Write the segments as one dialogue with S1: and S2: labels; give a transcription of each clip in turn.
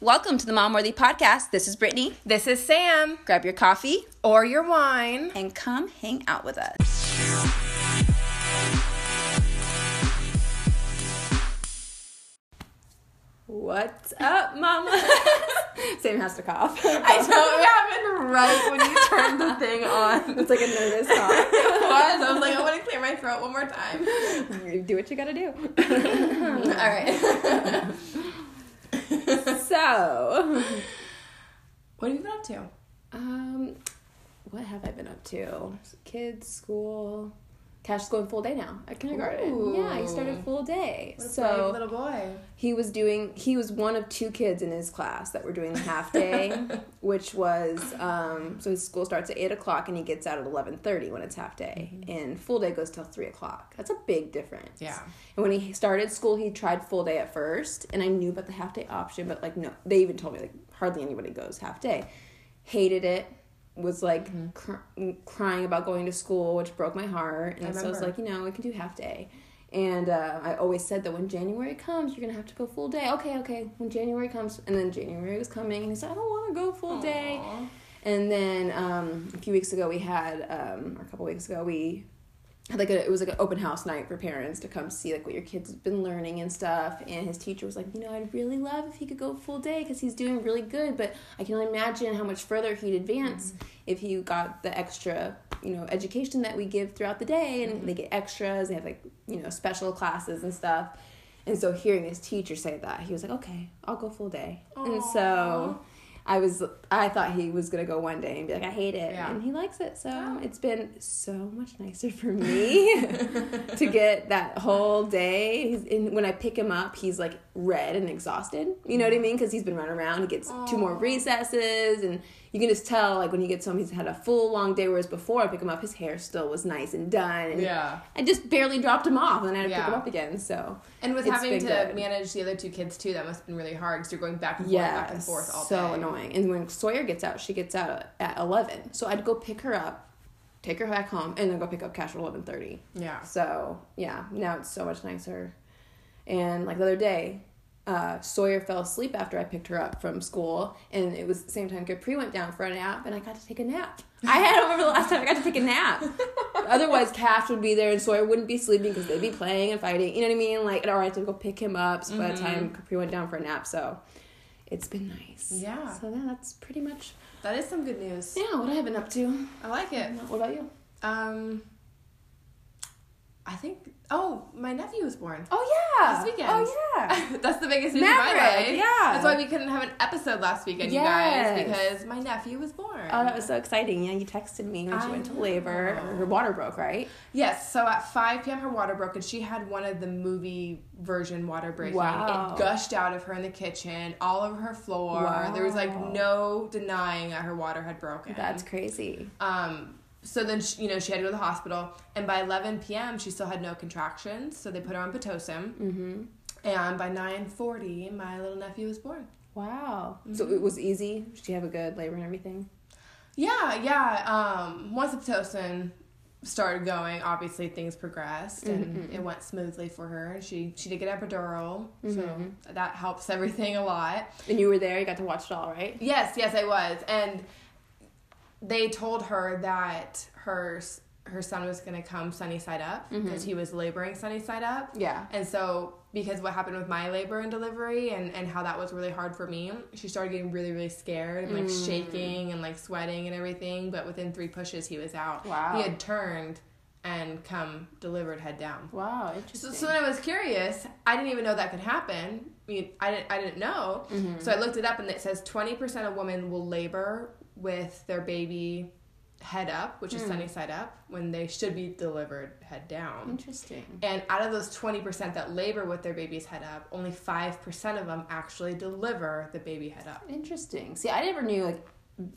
S1: Welcome to the Mom Worthy Podcast. This is Brittany.
S2: This is Sam.
S1: Grab your coffee
S2: Or your wine.
S1: and come hang out with us.
S2: What's up, Mama? Sam has to cough.
S1: I know it happened right when you turned the thing on.
S2: It's like a nervous cough.
S1: It was. I was like, I want to clear my throat one more time.
S2: do what you gotta do.
S1: All right.
S2: So,
S1: What have you been up to?
S2: um, what have I been up to? Kids, school, cash school, and full day now at kindergarten. Yeah, he started full day. so
S1: little boy.
S2: he was doing he was one of two kids in his class that were doing the half day which was um, so his school starts at 8 o'clock and he gets out at 11.30 when it's half day and full day goes till 3 o'clock that's a big difference
S1: Yeah.
S2: and when he started school he tried full day at first and i knew about the half day option but like no they even told me like hardly anybody goes half day hated it was like cr- crying about going to school which broke my heart and
S1: I
S2: so i was
S1: remember.
S2: like you know we can do half day and uh, I always said that when January comes, you're gonna have to go full day. Okay, okay. When January comes, and then January was coming, and he said, I don't want to go full day. And then um, a few weeks ago, we had, um, or a couple weeks ago, we had like a, it was like an open house night for parents to come see like what your kids have been learning and stuff. And his teacher was like, you know, I'd really love if he could go full day because he's doing really good, but I can only imagine how much further he'd advance if he got the extra, you know, education that we give throughout the day. And they get extras, they have like, you know, special classes and stuff. And so hearing his teacher say that, he was like, okay, I'll go full day. And so I was, I thought he was going to go one day and be like, I hate it.
S1: Yeah.
S2: And he likes it. So
S3: Oh.
S2: it's been so much nicer for me to get that whole day. He's, and when I pick him up, he's like red and exhausted. You
S3: Mm.
S2: know what I mean? Because he's been running around. He gets two more recesses. And you can just tell, like, when he gets home, he's had a full long day. Whereas before I pick him up, his hair still was nice and done. And
S3: Yeah.
S2: I just barely dropped him off, and then I had to pick
S3: Yeah.
S2: him up again. So
S3: And with
S2: It's
S3: having
S2: been
S3: to
S2: good.
S3: manage the other two kids too, that must have been really hard because you're going back and forth, back
S2: yeah,
S3: and forth all
S2: so
S3: day.
S2: annoying. And when Sawyer gets out, she gets out at eleven. So I'd go pick her up, take her back home, and then go pick up Cash at eleven thirty.
S3: Yeah.
S2: So yeah, now it's so much nicer. And like the other day, uh, Sawyer fell asleep after I picked her up from school, and it was the same time Capri went down for a nap, and I got to take a nap. I had over the last time I got to take a nap. Otherwise, Cash would be there and Sawyer wouldn't be sleeping because they'd be playing and fighting. You know what I mean? Like, and, or I had to go pick him up so by the time Capri went down for a nap. So it's been nice.
S3: Yeah.
S2: So yeah, that's pretty much
S3: That is some good news.
S2: yeah what I have been up to.
S3: I like it.
S2: What about you?
S3: Um, I think. Oh, my nephew was born.
S2: Oh yeah.
S3: This weekend.
S2: Oh yeah.
S3: That's the biggest news of my
S2: Maverick,
S3: life.
S2: yeah.
S3: That's why we couldn't have an episode last weekend, you
S2: Yes.
S3: guys, because my nephew was born.
S2: Oh, that was so exciting. Yeah, you texted me when she
S3: I
S2: went to labor.
S3: know.
S2: Her water broke, right?
S3: Yes, so at 5 p.m., her water broke, and she had one of the movie version water breaking.
S2: Wow.
S3: It gushed out of her in the kitchen, all over her floor. There was like
S2: Wow.
S3: no denying that her water had broken.
S2: That's crazy.
S3: um, so then, she, you know, she had to go to the hospital, and by 11 p.m., she still had no contractions, so they put her on Pitocin.
S2: Mm-hmm.
S3: And by 9.40, my little nephew was born.
S2: Wow. So it was easy. Did you have a good labor and everything?
S3: Yeah, yeah. Um, once the Pitocin started going, obviously things progressed and it went smoothly for her. She she did get epidural, so that helps everything a lot.
S2: And you were there. You got to watch it all, right?
S3: Yes, yes, I was, and they told her that her s- her son was going to come sunny side up because he was laboring sunny side up.
S2: Yeah.
S3: And so, because what happened with my labor and delivery and, and how that was really hard for me, she started getting really, really scared and like
S2: Mm.
S3: shaking and like sweating and everything. But within three pushes, he was out.
S2: Wow.
S3: He had turned and come delivered head down.
S2: Wow.
S3: So,
S2: Interesting.
S3: so then I was curious. I didn't even know that could happen. I mean, I didn't, I didn't know.
S2: Mm-hmm.
S3: So I looked it up and it says 20% of women will labor with their baby head up, which is
S2: Hmm.
S3: sunny side up, when they should be delivered head down.
S2: Interesting.
S3: And out of those 20% that labor with their baby's head up, only 5% of them actually deliver the baby head up.
S2: Interesting. See, I never knew like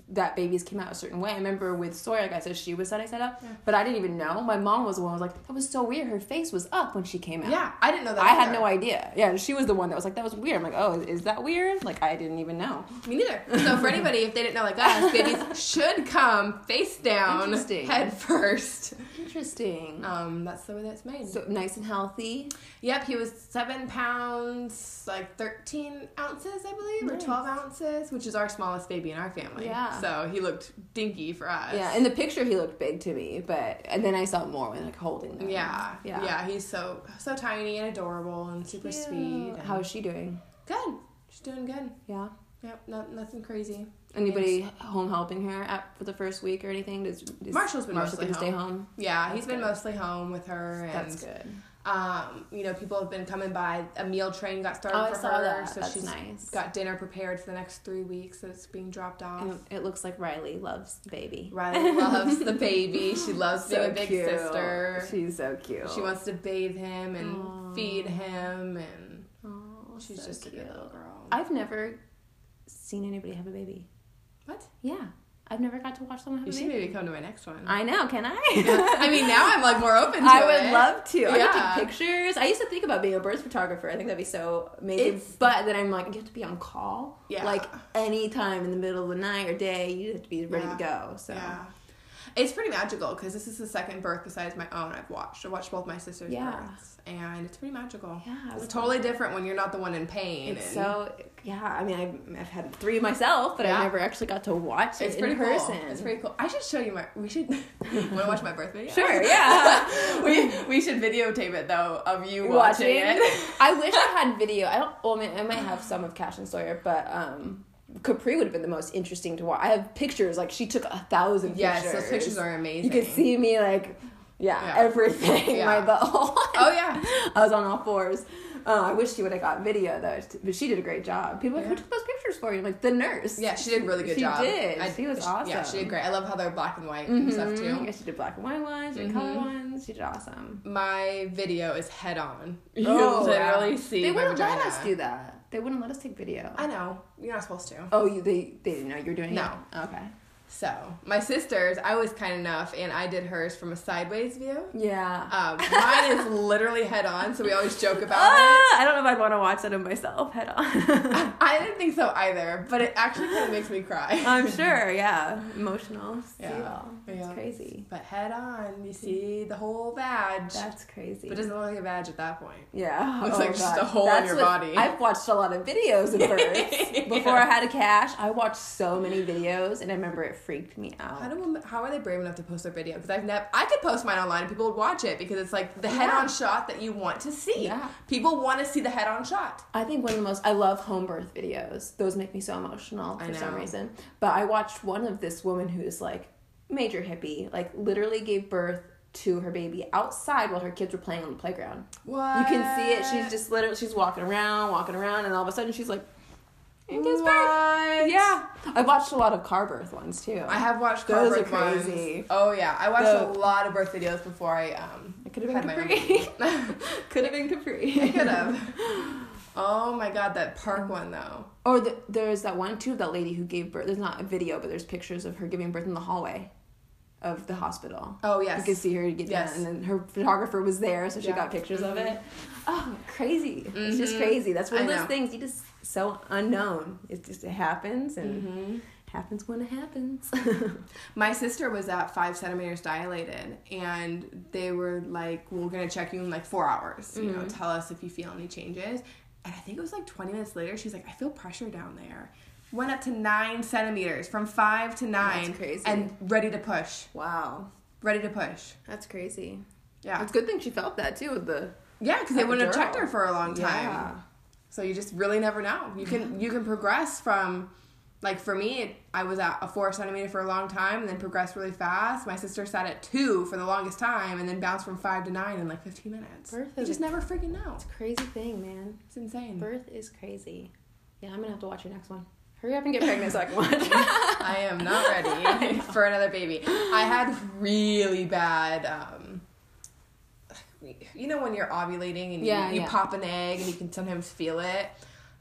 S2: that babies came out a certain way. I remember with Sawyer, like I said, she was sunny side up,
S3: Yeah.
S2: but I didn't even know. My mom was the one who was like, that was so weird. Her face was up when she came out.
S3: Yeah, I didn't know that.
S2: I had
S3: either.
S2: no idea. Yeah, she was the one that was like, that was weird. I'm like, oh, is that weird? Like, I didn't even know.
S3: Me neither. So for anybody, if they didn't know like us, babies should come face down,
S2: Interesting.
S3: head first.
S2: Interesting.
S3: Um, that's the way that's made.
S2: so nice and healthy.
S3: yep, he was seven pounds, like thirteen ounces, I believe, or
S2: Nice.
S3: twelve ounces, which is our smallest baby in our family.
S2: Yeah.
S3: So he looked dinky for us.
S2: Yeah, in the picture he looked big to me, but and then I saw more when like holding them.
S3: yeah,
S2: yeah.
S3: yeah, He's so so tiny and adorable and super
S2: Cute.
S3: sweet. and-
S2: How is she doing?
S3: good? She's doing good.
S2: Yeah.
S3: Yep, not, nothing crazy.
S2: Anybody home helping her at, for the first week or anything? Does, does
S3: Marshall's been
S2: Marshall
S3: mostly
S2: can stay
S3: home.
S2: home?
S3: Yeah,
S2: That's
S3: he's been
S2: good.
S3: mostly home with her. And
S2: That's good.
S3: um, you know, people have been coming by. A meal train got started
S2: Oh, I
S3: for
S2: saw
S3: her,
S2: that.
S3: so
S2: That's
S3: she's
S2: nice.
S3: got dinner prepared for the next three weeks. So it's being dropped off.
S2: And it looks like Riley loves the baby.
S3: Riley loves the baby. She loves being a big
S2: cute.
S3: sister. She,
S2: She's so cute.
S3: wants to bathe him and
S2: Aw.
S3: feed him, and
S2: Aw,
S3: she's
S2: so
S3: just a good little girl.
S2: I've never seen anybody have a baby.
S3: what?
S2: Yeah, I've never got to watch someone have
S3: You
S2: a
S3: should
S2: baby.
S3: maybe come to my next one.
S2: I know. Can
S3: Yeah.
S2: I?
S3: I mean, now I'm like more open. to
S2: I would
S3: it.
S2: love to. I could
S3: Yeah.
S2: take pictures. I used to think about being a birth photographer. I think that'd be so amazing.
S3: It's-
S2: but then I'm like, you have to be on call.
S3: Yeah.
S2: Like any time in the middle of the night or day, you have to be ready to
S3: Yeah.
S2: go. So
S3: Yeah. It's pretty magical because this is the second birth besides my own I've watched. I watched both my sisters'
S2: Yeah.
S3: births, and it's pretty magical.
S2: Yeah, I
S3: it's
S2: would-
S3: totally different when you're not the one in pain.
S2: It's
S3: and
S2: so yeah. I mean, I've, I've had three myself, but
S3: Yeah.
S2: I never actually got to watch it
S3: it's
S2: in
S3: pretty
S2: person.
S3: cool. It's pretty cool. I should show you my. We should want to watch my birth video.
S2: Sure, yeah.
S3: we we should videotape it though of you watching,
S2: Watching,
S3: it.
S2: I wish I had video. I don't. Well, I, mean, I might have some of Cash and Sawyer, but um, Capri would have been the most interesting to watch. I have pictures. Like she took a thousand.
S3: yes,
S2: pictures.
S3: those pictures are
S2: You
S3: amazing.
S2: could see me like, yeah,
S3: Yeah.
S2: everything,
S3: Yeah.
S2: my butthole.
S3: Oh yeah.
S2: I was on all fours. Uh, I wish she would have got video though, but she did a great job. People are like, who
S3: Yeah.
S2: took those pictures for you? I'm like the nurse.
S3: Yeah, she did a really good
S2: She
S3: job.
S2: did. She was
S3: Yeah,
S2: awesome.
S3: she did great. I love how they're black and white and stuff
S2: Mhm.
S3: too.
S2: Yeah, she did black and white ones, she did color
S3: Mhm.
S2: ones. She did awesome.
S3: My video is head on. You
S2: Oh, wow.
S3: literally see.
S2: they
S3: my
S2: wouldn't let
S3: vagina.
S2: us do that. They wouldn't let us take video.
S3: I know. You're not supposed to.
S2: oh, you, they they didn't know you were doing it.
S3: No.
S2: Okay.
S3: So, my sister's, I was kind enough and I did hers from a sideways view.
S2: Yeah.
S3: Um, mine is literally head on, so we always joke about it.
S2: Ah, I don't know if I'd want to watch that of myself head on.
S3: I didn't think so either, but it actually kind of makes me cry.
S2: I'm sure. Yeah. Emotional. See it
S3: Yeah.
S2: all. It's
S3: Yeah.
S2: crazy.
S3: But head on, you see the whole badge.
S2: That's crazy.
S3: But it doesn't look like a badge at that point.
S2: Yeah. Oh,
S3: Looks like just a hole in your body.
S2: I've watched a lot of videos of births. Before I had a cash, I watched so many videos and I remember it freaked me out.
S3: How do women, how are they brave enough to post their video? Because I've never I could post mine online and people would watch it because it's like the head on shot that you want to see.
S2: Yeah.
S3: People want to see the head on shot.
S2: I think one of the most I love home birth videos. Those make me so emotional for
S3: I
S2: some
S3: know.
S2: reason. But I watched one of this woman who is like major hippie, like literally gave birth to her baby outside while her kids were playing on the playground.
S3: What
S2: You can see it. She's just literally she's walking around, walking around, and all of a sudden she's like, "It gives birth."
S3: What?
S2: Yeah, I watched a lot of car birth ones too.
S3: I have watched
S2: Those
S3: car
S2: are
S3: birth ones.
S2: crazy.
S3: Oh yeah, I watched
S2: The-
S3: a lot of birth videos before I um.
S2: It could have been
S3: had my own
S2: Capri.
S3: baby.
S2: Could have been Capri.
S3: I could have. Oh my god, that park one though.
S2: Or the, there's that one too of that lady who gave birth. There's not a video, but there's pictures of her giving birth in the hallway of the hospital.
S3: Oh yes.
S2: You could see her get
S3: Yes.
S2: down, and then her photographer was there, so she
S3: Yeah.
S2: got pictures of it.
S3: Mhm.
S2: Oh, crazy! It's just
S3: Mhm.
S2: crazy. That's one of
S3: I
S2: those
S3: know.
S2: things you just so unknown. It just it happens and
S3: Mhm.
S2: happens when it happens.
S3: My sister was at five centimeters dilated, and they were like, "We're gonna check you in like four hours. You
S2: Mm-hmm.
S3: know, tell us if you feel any changes." And I think it was like twenty minutes later. She's like, "I feel pressure down there." Went up to nine centimeters from five to nine,
S2: crazy.
S3: and ready to push,
S2: wow,
S3: ready to push.
S2: that's crazy.
S3: Yeah,
S2: It's a good thing she felt that too. With the
S3: Yeah, because they
S2: Like a
S3: wouldn't have checked
S2: girl.
S3: her for a long time.
S2: Yeah.
S3: So you just really never know. You can you can progress from, like for me, it, I was at a four centimeter for a long time, and then progressed really fast. My sister sat at two for the longest time, and then bounced from five to nine in like fifteen minutes.
S2: Birth
S3: you
S2: is
S3: just
S2: a-
S3: never freaking know.
S2: crazy thing, man.
S3: It's insane.
S2: Birth is crazy. Yeah, I'm gonna have to watch your next one. Hurry up and get pregnant so I can watch.
S3: I am not ready for another baby. I had really bad. Um, you know when you're ovulating and you,
S2: Yeah,
S3: you
S2: yeah.
S3: pop an egg and you can sometimes feel it.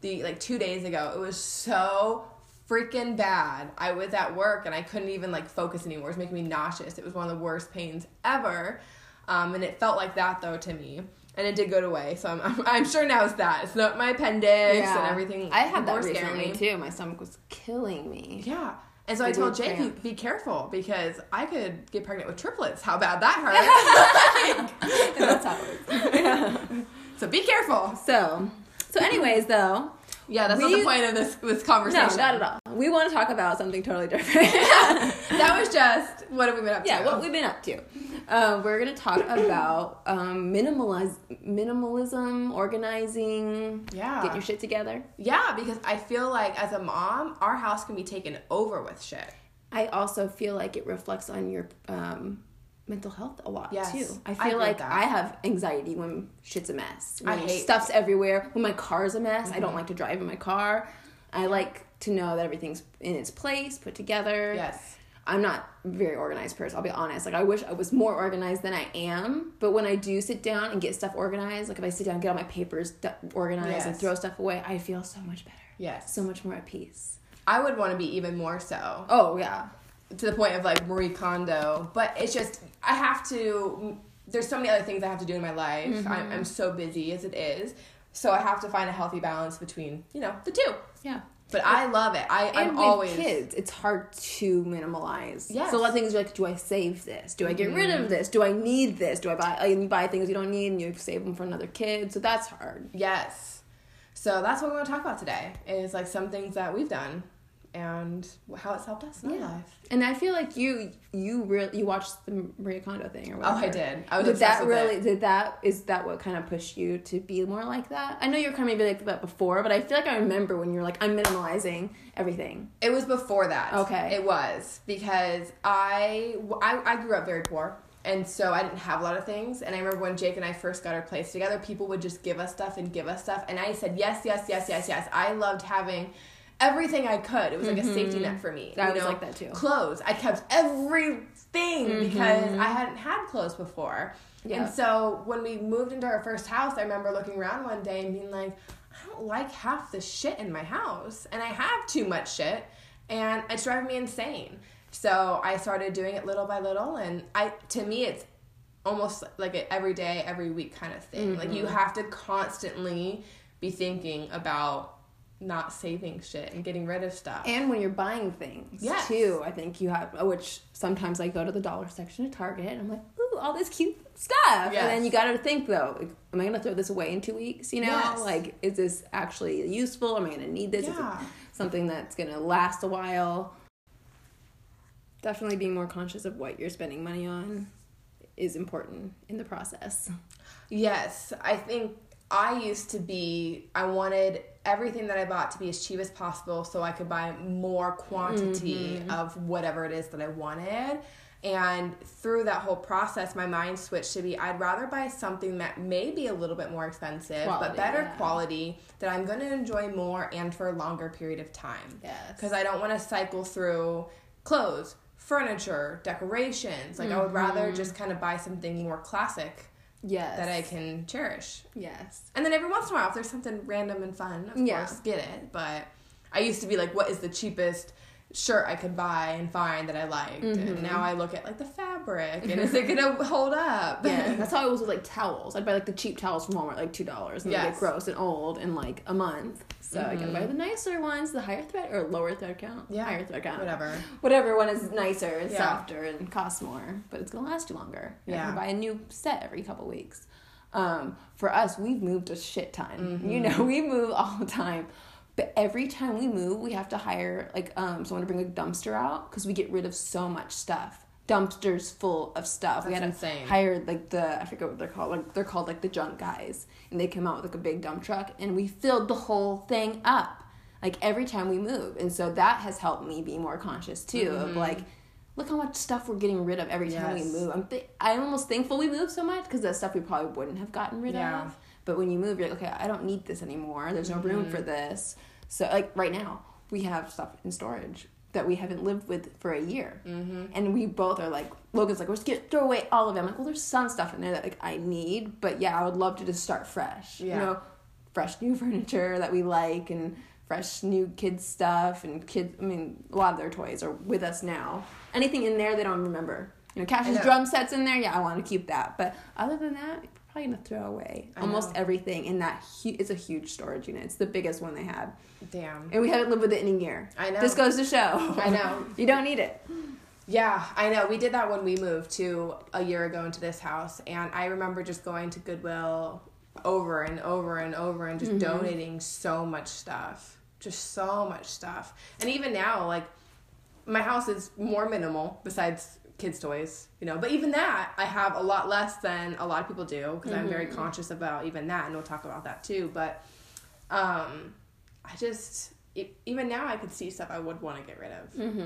S3: The like two days ago, it was so freaking bad. I was at work and I couldn't even like focus anymore. It was making me nauseous. It was one of the worst pains ever. Um, and it felt like that though to me. And it did go away. So I'm, I'm, I'm sure now it's that. It's not my appendix and everything.
S2: I had that
S3: more scary.
S2: recently too. My stomach was killing me.
S3: Yeah. And so I
S2: Maybe
S3: told
S2: a
S3: Jake,
S2: cramp.
S3: be careful because I could get pregnant with triplets. How bad that hurts.
S2: That's how it works.
S3: so be careful.
S2: So, so anyways, though,
S3: Yeah, that's not
S2: We-
S3: the point of this this
S2: no,
S3: conversation.
S2: not at all. We want to talk about something totally different.
S3: that was just what have we been up
S2: yeah,
S3: to?
S2: what we've been up to. Uh, we're gonna talk about um, minimaliz- minimalism, organizing,
S3: yeah.
S2: getting your shit together.
S3: Yeah, because I feel like as a mom, our house can be taken over with shit.
S2: I also feel like it reflects on your um, mental health a lot
S3: Yes,
S2: too.
S3: I
S2: I
S3: agree
S2: feel
S3: with
S2: like
S3: that.
S2: I have anxiety when shit's a mess.
S3: I
S2: When
S3: hate- Mm-hmm.
S2: stuff's everywhere. When my car's a mess. I don't like to drive in my car. I like to know that everything's in its place, put together.
S3: Yes.
S2: I'm not a very organized person. I'll be honest. Like I wish I was more organized than I am. But when I do sit down and get stuff organized, like if I sit down and get all my papers d- organized and
S3: Yes.
S2: throw stuff away, I feel so much better.
S3: Yes.
S2: So much more at peace.
S3: I would want to be even more so
S2: Oh yeah.
S3: to the point of like Marie Kondo, but it's just I have to. There's so many other things I have to do in my life.
S2: Mm-hmm.
S3: I'm, I'm so busy as it is, so I have to find a healthy balance between you know the two.
S2: Yeah.
S3: But I love it. I
S2: and
S3: I'm
S2: with
S3: always
S2: kids, it's hard to minimalize.
S3: Yes. Mm-hmm.
S2: So a lot of things are like, do I save this? Do I get rid of this? Do I need this? Do I buy? Like, you buy things you don't need and you save them for another kid. So that's hard.
S3: yes. So that's what we're going to talk about today. Is like some things that we've done and how it's helped us in our life.
S2: And I feel like you you really you watched the Maria Kondo thing or
S3: Oh,
S2: whatever.
S3: I did. I was
S2: Did
S3: obsessed
S2: that
S3: with it.
S2: really? Did that? Is that what kind of pushed you to be more like that? I know you were kind of maybe like that before, but I feel like I remember when you were like, I'm minimalizing everything.
S3: It was before that.
S2: Okay.
S3: It was because I, I I grew up very poor. And so I didn't have a lot of things. And I remember when Jake and I first got our place together, people would just give us stuff and give us stuff. And I said, yes, yes, yes, yes, yes. I loved having everything I could. It was like a safety net for me.
S2: Mm-hmm. I
S3: you
S2: was
S3: know?
S2: like that too.
S3: Clothes. I kept everything because I hadn't had clothes before.
S2: Yeah.
S3: And so when we moved into our first house, I remember looking around one day and being like, I don't like half the shit in my house, and I have too much shit, and it's driving me insane. So I started doing it little by little, and I to me it's almost like an every day, every week kind of thing. Like you have to constantly be thinking about not saving shit and getting rid of stuff.
S2: And when you're buying things
S3: Yes.
S2: too, I think you have. oh, Which sometimes I go to the dollar section at Target and I'm like, ooh, all this cute stuff.
S3: Yes.
S2: And then you got to think though, like, am I gonna throw this away in two weeks? You know,
S3: Yes.
S2: like is this actually useful? Am I gonna need this? Is
S3: Yeah.
S2: it something that's gonna last a while? Definitely being more conscious of what you're spending money on is important in the process.
S3: Yes, I think I used to be, I wanted everything that I bought to be as cheap as possible so I could buy more quantity
S2: Mm-hmm.
S3: of whatever it is that I wanted. And through that whole process, my mind switched to be I'd rather buy something that may be a little bit more expensive, but
S2: Quality,
S3: better
S2: yeah.
S3: quality that I'm going to enjoy more and for a longer period of time
S2: Yes.
S3: because I don't want to cycle through clothes, furniture, decorations. Like I would rather
S2: Mm-hmm.
S3: just kind of buy something more classic
S2: Yes.
S3: that I can cherish.
S2: Yes.
S3: And then every once in a while, if there's something random and fun, of
S2: Yeah.
S3: course, get it. But I used to be like, what is the cheapest shirt I could buy and find that I liked?
S2: Mm-hmm.
S3: And now I look at like the fabric and is it gonna hold up?
S2: Yeah, that's how I was with like towels. I'd buy like the cheap towels from Walmart, like two dollars, and they
S3: Yes. Mm-hmm.
S2: get gross and old in like a month. So I gotta buy the nicer ones, the higher thread or lower thread count.
S3: Yeah.
S2: higher thread count.
S3: Whatever.
S2: Whatever one is nicer and
S3: Yeah.
S2: softer and costs more, but it's gonna last you longer. I
S3: Yeah.
S2: can buy a new set every couple weeks. Um, for us, we've moved a shit ton.
S3: Mm-hmm.
S2: You know, we move all the time. But every time we move, we have to hire like um, someone to bring a dumpster out because we get rid of so much stuff. Dumpsters full of stuff. we
S3: That's
S2: had to
S3: insane.
S2: hired like the I forget what they're called. Like they're called like the junk guys, and they come out with like a big dump truck, and we filled the whole thing up, like every time we move, and so that has helped me be more conscious too of like, look how much stuff we're getting rid of every time
S3: Mm-hmm. Yes.
S2: we move. I'm th- I'm almost thankful we moved so much because that's stuff we probably wouldn't have gotten rid
S3: Yeah.
S2: of. But when you move, you're like, okay, I don't need this anymore. There's no room
S3: Mm-hmm.
S2: for this. So like right now, we have stuff in storage that we haven't lived with for a year, mm-hmm. and we both are like, Logan's like, we're just gonna throw away all of it. I'm like, well, there's some stuff in there that like I need, but yeah, I would love to just start fresh.
S3: Yeah.
S2: You know, fresh new furniture that we like and fresh new kids stuff and kids. I mean, a lot of their toys are with us now. Anything in there they don't remember. You know, Cash's
S3: know.
S2: drum set's in there. Yeah, I want to keep that. But other than that, you're probably gonna throw away
S3: I
S2: almost
S3: know.
S2: everything in that. Hu- it's a huge storage unit. It's the biggest one they had,
S3: Damn.
S2: and we haven't lived with it in a year.
S3: I know.
S2: This goes to show.
S3: I know.
S2: you don't need it.
S3: Yeah, I know. We did that when we moved to a year ago into this house, and I remember just going to Goodwill over and over and over and just donating so much stuff, just so much stuff. And even now, like my house is more minimal besides kids' toys, you know. But even that, I have a lot less than a lot of people do because I'm very conscious about even that, and we'll talk about that too. But um, I just e- even now I could see stuff I would want to get rid of.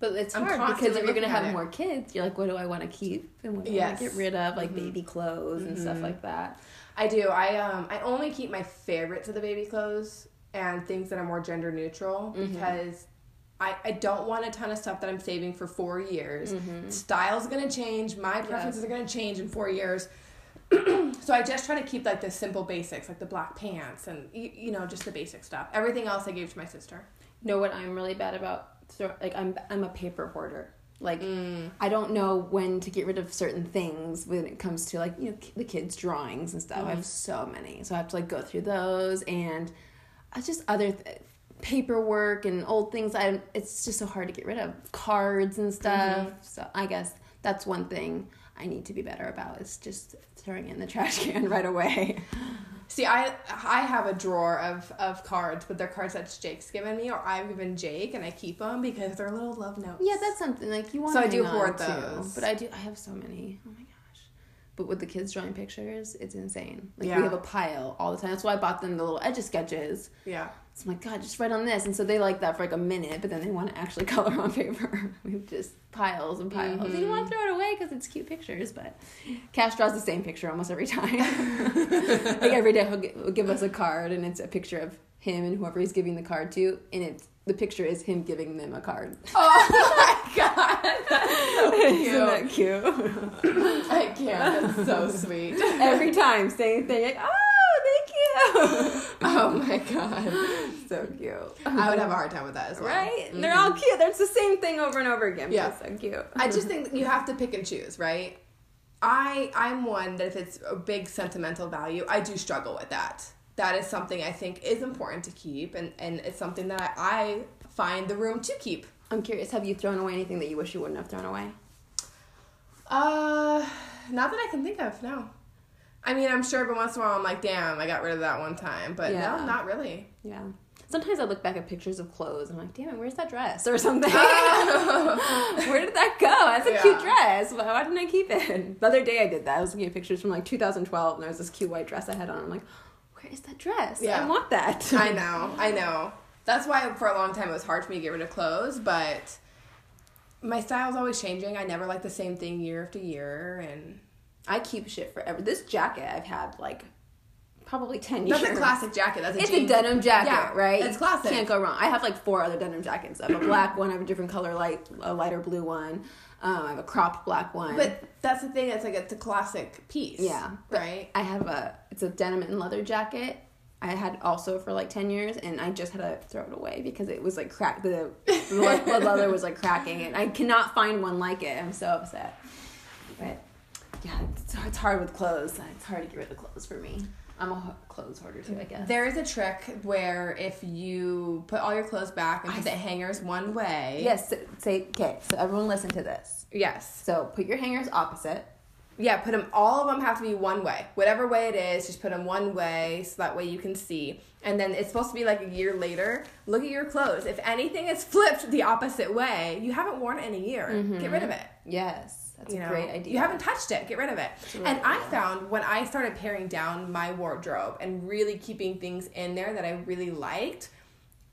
S2: But it's
S3: I'm
S2: hard because
S3: constantly
S2: if you're gonna
S3: looking at
S2: have
S3: it.
S2: more kids, you're like, what do I want to keep and what do I want
S3: Yes. Mm-hmm.
S2: to get rid of, like baby clothes and stuff like that.
S3: I do. I um I only keep my favorites of the baby clothes and things that are more gender neutral
S2: Mm-hmm.
S3: because I, I don't want a ton of stuff that I'm saving for four years.
S2: Mm-hmm.
S3: Style's gonna change, my preferences are gonna change in four years. so I just try to keep like the simple basics, like the black pants and you, you know, just the basic stuff. Everything else I gave to my sister.
S2: You know what I'm really bad about? So, like I'm I'm a paper hoarder. Like I don't know when to get rid of certain things when it comes to like you know ki- the kids' drawings and stuff. I have so many, so I have to like go through those and I just other th- paperwork and old things. I it's just so hard to get rid of cards and stuff. So I guess that's one thing I need to be better about is just throwing it in the trash can right away.
S3: See, I I have a drawer of, of cards, but they're cards that Jake's given me, or I've given Jake, and I keep them because they're little love notes.
S2: Yeah, that's something like you want.
S3: So
S2: to
S3: I do
S2: hang on
S3: hoard
S2: to,
S3: those.
S2: but I do. I have so many. Oh my gosh! But with the kids drawing pictures, it's insane. Like
S3: Yeah.
S2: we have a pile all the time. That's why I bought them the little edge sketches.
S3: yeah.
S2: So I'm like, God, just write on this, and so they like that for like a minute, but then they want to actually color on paper. We've just piles and piles. And you want to
S3: Mm-hmm.
S2: throw it away because it's cute pictures, but Cash draws the same picture almost every time. like every day, he'll, gi- he'll give us a card, and it's a picture of him and whoever he's giving the card to, and it's the picture is him giving them a card.
S3: Oh my god.
S2: Isn't that cute?
S3: I can't. That's so sweet.
S2: Every time, same thing. Like, oh,
S3: Oh my god.
S2: thank you. so cute.
S3: I would have a hard time with that as well. Mm.
S2: Right? They're all cute. That's the same thing over and over again.
S3: Yeah.
S2: Mm-hmm. Yeah. So cute.
S3: I just think that you have to pick and choose, right? I I'm one that if it's a big sentimental value, I do struggle with that. That is something I think is important to keep and, and it's something that I find the room to keep.
S2: I'm curious, have you thrown away anything that you wish you wouldn't have thrown away?
S3: Uh not that I can think of, no. I mean I'm sure every once in a while I'm like, damn, I got rid of that one time. But
S2: Yeah.
S3: no, not really.
S2: Yeah. Sometimes I look back at pictures of clothes and I'm like, damn it, where's that dress? Or something. Where did that go? That's a cute
S3: Yeah.
S2: dress. Why, why didn't I keep it? The other day I did that. I was looking at pictures from like 2012 and there was this cute white dress I had on. I'm like, where is that dress?
S3: Yeah.
S2: I want that.
S3: I know, I know. That's why for a long time it was hard for me to get rid of clothes, but my style's always changing. I never like the same thing year after year, and
S2: I keep shit forever. This jacket I've had like probably ten years.
S3: that's a classic jacket. That's a
S2: It's
S3: jean-
S2: a denim jacket,
S3: Yeah,
S2: right?
S3: It's
S2: You
S3: classic.
S2: Can't go wrong. I have like four other denim jackets. I have a black one. I have a different color, light, a lighter blue one. Um, I have a cropped black one.
S3: but that's the thing. It's like it's a classic piece.
S2: Yeah, but-
S3: right.
S2: I have a it's a denim and leather jacket. I had also for like ten years, and I just had to throw it away because it was like crack. The, the le- leather was like cracking, and I cannot find one like it. I'm so upset. But yeah, it's, it's hard with clothes. It's hard to get rid of clothes for me. I'm a ho- clothes hoarder too, I guess.
S3: There is a trick where if you put all your clothes back and put the hangers one way.
S2: Yes, so- say okay. So everyone, listen to this.
S3: Yes.
S2: So put your hangers opposite.
S3: Yeah. Put them. All of them have to be one way. Whatever way it is, just put them one way so that way you can see. And then it's supposed to be like a year later. Look at your clothes. If anything is flipped the opposite way, you haven't worn it in a year. Get rid of it.
S2: Yes, that's
S3: you
S2: Mm-hmm. a
S3: know,
S2: great idea.
S3: You haven't touched it. Get rid of it.
S2: really
S3: and
S2: good
S3: I found when I started paring down my wardrobe and really keeping things in there that I really liked,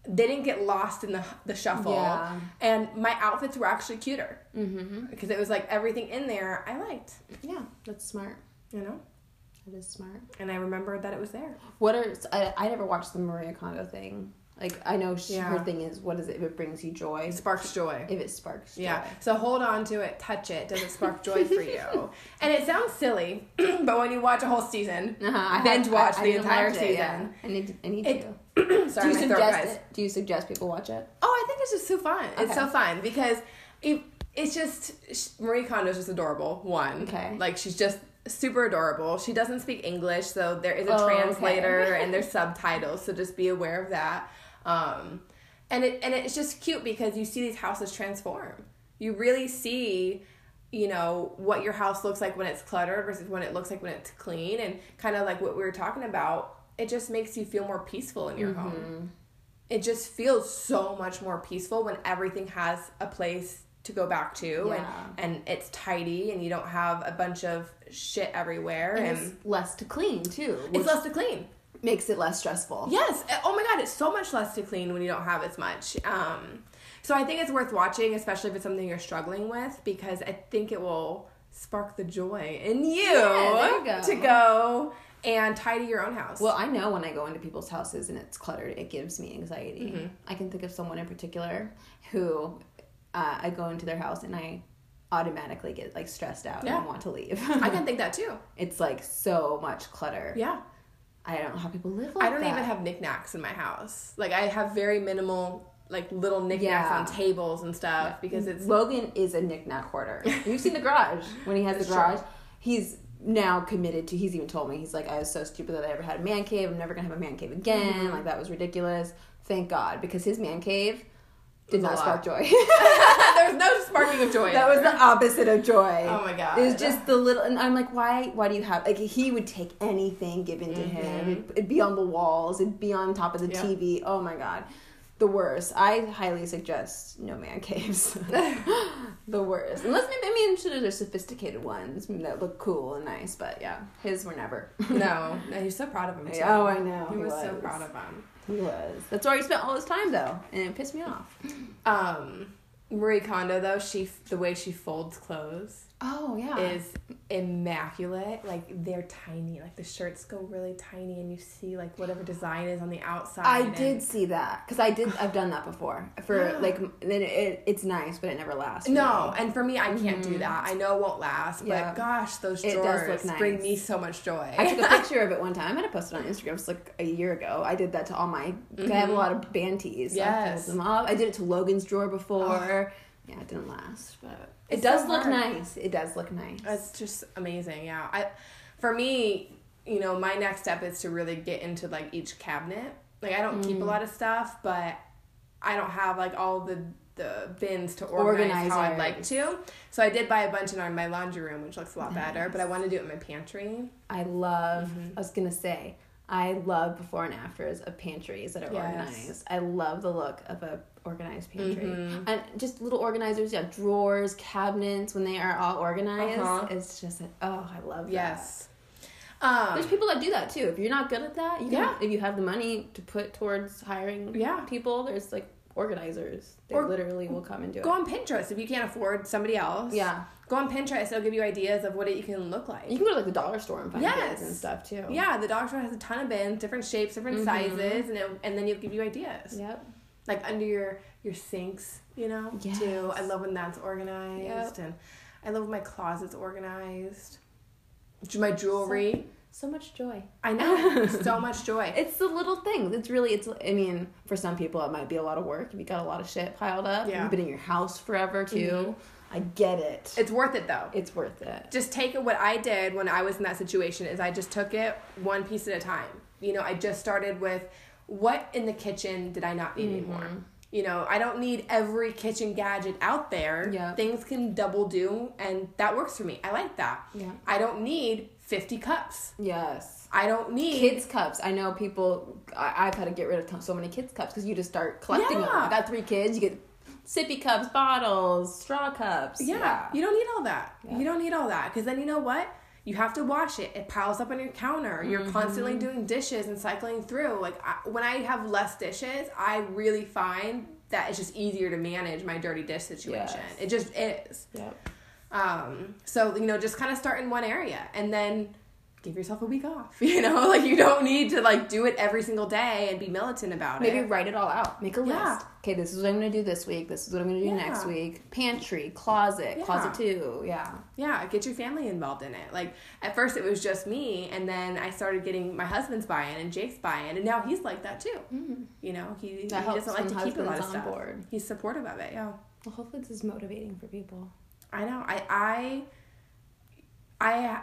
S3: they didn't get lost in the the shuffle.
S2: Yeah. Mm-hmm.
S3: And my outfits were actually cuter because it was like everything in there I liked.
S2: Yeah, that's smart.
S3: You know.
S2: That is smart.
S3: And I remembered that it was there.
S2: What are I, I never watched the Maria Kondo thing. Like I know she,
S3: Yeah.
S2: her thing is what is it? If it brings you joy,
S3: It sparks joy.
S2: if it sparks joy.
S3: Yeah. So hold on to it, touch it. Does it spark joy for you? And it sounds silly, but when you watch a whole season,
S2: Uh-huh, I
S3: binge
S2: have-
S3: watch
S2: I- I
S3: the
S2: didn't
S3: entire
S2: watch it,
S3: season.
S2: yeah. I need to. I need
S3: It-
S2: to. do
S3: Sorry,
S2: you
S3: my throat,
S2: suggest
S3: guys.
S2: it? Do you suggest people watch it?
S3: Oh, I think it's just so fun. It's so
S2: Okay.
S3: fun because it, it's just sh- Marie Kondo's just adorable. One,
S2: Okay.
S3: like she's just super adorable. She doesn't speak English, so there is a
S2: Oh, okay.
S3: translator and there's subtitles. So just be aware of that. Um, and it and it's just cute because you see these houses transform. You really see. You know what your house looks like when it's cluttered versus when it looks like when it's clean, and kind of like what we were talking about. It just makes you feel more peaceful in your
S2: Mm-hmm.
S3: home it just feels so much more peaceful when everything has a place to go back to
S2: Yeah.
S3: and, and it's tidy and you don't have a bunch of shit everywhere and,
S2: And it's less to clean too,
S3: it's,
S2: which
S3: less to clean
S2: makes it less stressful.
S3: yes Uh, oh my god it's so much less to clean when you don't have as much um, so i think it's worth watching especially if it's something you're struggling with because i think it will spark the joy in you,
S2: Yeah, there you go.
S3: to go and tidy your own house
S2: Well, I know when I go into people's houses and it's cluttered, it gives me anxiety.
S3: Mm-hmm.
S2: I can think of someone in particular who uh, I go into their house and I automatically get like stressed out
S3: Yeah.
S2: and want to leave.
S3: i can think that too
S2: it's like so much clutter.
S3: yeah
S2: I don't know how people live like
S3: I don't
S2: that.
S3: even have knickknacks in my house. Like I have very minimal like little knickknacks
S2: Yeah.
S3: on tables and stuff because it's
S2: Logan is a knickknack hoarder. You've seen the garage when he has
S3: It's
S2: the
S3: true.
S2: garage. He's now committed to. He's even told me he's like, I was so stupid that I ever had a man cave. I'm never gonna have a man cave again.
S3: Mm-hmm.
S2: Like that was ridiculous. Thank God because his man cave did
S3: It was a
S2: not spark joy.
S3: there's no sparking of joy.
S2: that was the opposite of joy.
S3: Oh my God.
S2: It was just the little, and I'm like, why? Why do you have? Like he would take anything given to him. It'd, it'd be on the walls. It'd be on top of the
S3: Mm-hmm. Yeah.
S2: TV. Oh my God, the worst. I highly suggest no man caves. the worst. Unless maybe I mean, sure there's sophisticated ones that look cool and nice, but yeah, his were never.
S3: no. And he's so proud of him. Too.
S2: oh, I know.
S3: he was so proud of him.
S2: He was. That's where he spent all his time though, and it pissed me off.
S3: Um, Marie Kondo though she the way she folds clothes
S2: Oh yeah.
S3: is immaculate. Like they're tiny. Like the shirts go really tiny, and you see like whatever design is on the outside.
S2: I
S3: and-
S2: did see that because I did. I've done that before. For
S3: Yeah.
S2: like, m- then it, it's nice, but it never lasts.
S3: No, and for me, I can't do that. I know it won't last,
S2: Mm-hmm. Yeah.
S3: but gosh, those
S2: It
S3: drawers
S2: does look nice.
S3: bring me so much joy.
S2: really. I took a picture of it one time. I had to post it on Instagram. It's like a year ago. I did that to all my. 'cause I have a lot of band tees. so I fold
S3: Mm-hmm. Yes.
S2: them up. I did it to Logan's drawer before. Yeah, it didn't last, but it
S3: It's
S2: does
S3: so
S2: look
S3: hard.
S2: nice. It does look nice.
S3: It's just amazing, yeah. I, for me, you know, my next step is to really get into like each cabinet. Like I don't keep
S2: Mm.
S3: a lot of stuff, but I don't have like all the the bins to organize how I'd like to. So I did buy a bunch in our, my laundry room, which looks a lot better. But I want to do it in my pantry.
S2: I love.
S3: Mm-hmm.
S2: I was gonna say. I love before and afters of pantries that are
S3: Yes.
S2: organized. I love the look of a organized pantry
S3: Mm-hmm.
S2: and just little organizers. Yeah, drawers, cabinets when they are all organized.
S3: Uh-huh.
S2: It's just a, oh, I love that.
S3: Yes.
S2: There's
S3: Um,
S2: people that do that too. If you're not good at that, you can,
S3: Yeah.
S2: if you have the money to put towards hiring
S3: Yeah.
S2: people, there's like organizers. They
S3: Or-
S2: literally will come and do
S3: go
S2: it.
S3: on Pinterest if you can't afford somebody else.
S2: Yeah.
S3: Go on Pinterest. It'll give you ideas of what it can look like.
S2: You can go to like the dollar store and find
S3: Yes.
S2: things and stuff too.
S3: Yeah, the dog store has a ton of bins, different shapes, different
S2: Mm-hmm.
S3: sizes, and it, and then he'll give you ideas.
S2: Yep.
S3: Like under your your sinks, you know.
S2: Yes.
S3: Too. I love when that's organized, and I love when my closet's organized. J- My jewelry.
S2: So much joy.
S3: I know so much joy.
S2: It's the little things. It's really it's I mean, for some people it might be a lot of work if you got a lot of shit piled up.
S3: Yeah.
S2: You've been in your house forever too. I get it.
S3: It's worth it though.
S2: It's worth it.
S3: just take it what I did when I was in that situation is I just took it one piece at a time. You know, I just started with what in the kitchen did I not need anymore?
S2: Mm-hmm.
S3: You know, I don't need every kitchen gadget out there.
S2: Yeah.
S3: Things can double do and that works for me. I like that.
S2: Yeah.
S3: I don't need 50 cups.
S2: Yes.
S3: I don't need
S2: Kids cups. I know people. I, I've had to get rid of t- so many kids cups because you just start collecting them.
S3: Yeah.
S2: I got three kids. You get sippy cups, bottles, straw cups.
S3: Yeah, you don't need all that.
S2: Yeah.
S3: You don't need all that because then you know what? You have to wash it. It piles up on your counter. You're
S2: Mm-hmm.
S3: constantly doing dishes and cycling through. Like I, when I have less dishes, I really find that it's just easier to manage my dirty dish situation.
S2: Yes.
S3: It just is.
S2: Yep.
S3: Um, so you know, just kind of start in one area and then give yourself a week off. You know, like you don't need to like do it every single day and be militant about
S2: Maybe
S3: it.
S2: write it all out. Make a
S3: Yeah.
S2: list. Okay, this is what I'm gonna do this week. This is what I'm gonna do
S3: Yeah.
S2: next week. Pantry, closet,
S3: Yeah.
S2: closet two. Yeah.
S3: Yeah, get your family involved in it. Like at first it was just me, and then I started getting my husband's buy-in and Jake's buy-in, and now he's like that too. You know, he, he
S2: Mm. That helps
S3: doesn't like
S2: when
S3: to keep a lot of
S2: husband's on
S3: stuff.
S2: board.
S3: He's supportive of it. Yeah,
S2: Well, hopefully this is motivating for people.
S3: I know. I I I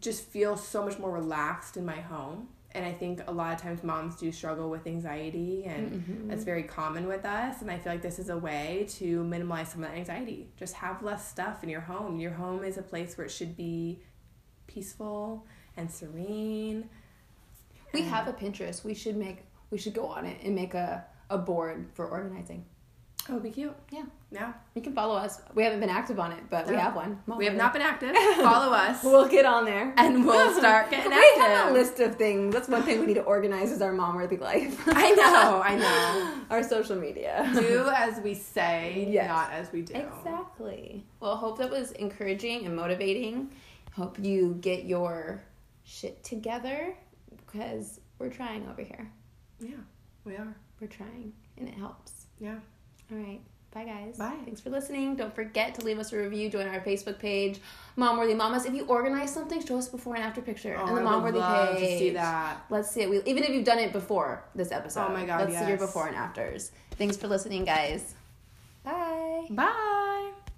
S3: just feel so much more relaxed in my home, and I think a lot of times moms do struggle with anxiety, and
S2: Mm-hmm.
S3: that's very common with us. And I feel like this is a way to minimize some of that anxiety. Just have less stuff in your home. Your home is a place where it should be peaceful and serene.
S2: We have a Pinterest. We should make. We should go on it and make a a board for organizing.
S3: Oh, it'd be cute.
S2: Yeah.
S3: Yeah.
S2: You can follow us. We haven't been active on it, but we
S3: No.
S2: have one.
S3: We have not been active. Follow us.
S2: We'll get on there.
S3: And we'll start getting
S2: we have a
S3: active.
S2: list of things. That's one thing we need to organize is our mom worthy life.
S3: I know, I know.
S2: our social media.
S3: Do as we say,
S2: Yes.
S3: not as we do.
S2: Exactly. Well, hope that was encouraging and motivating. Hope you get your shit together because we're trying over here.
S3: Yeah, we are.
S2: We're trying and it helps.
S3: Yeah.
S2: All right. Bye, guys.
S3: Bye.
S2: Thanks for listening. Don't forget to leave us a review. Join our Facebook page, Mom Worthy Mamas. If you organize something, show us before and after picture
S3: Oh,
S2: on the Mom Worthy page.
S3: to see that.
S2: Let's see it. We, even if you've done it before this episode.
S3: Oh my God,
S2: Let's see your
S3: yes.
S2: before and afters. Thanks for listening, guys. Bye.
S3: Bye.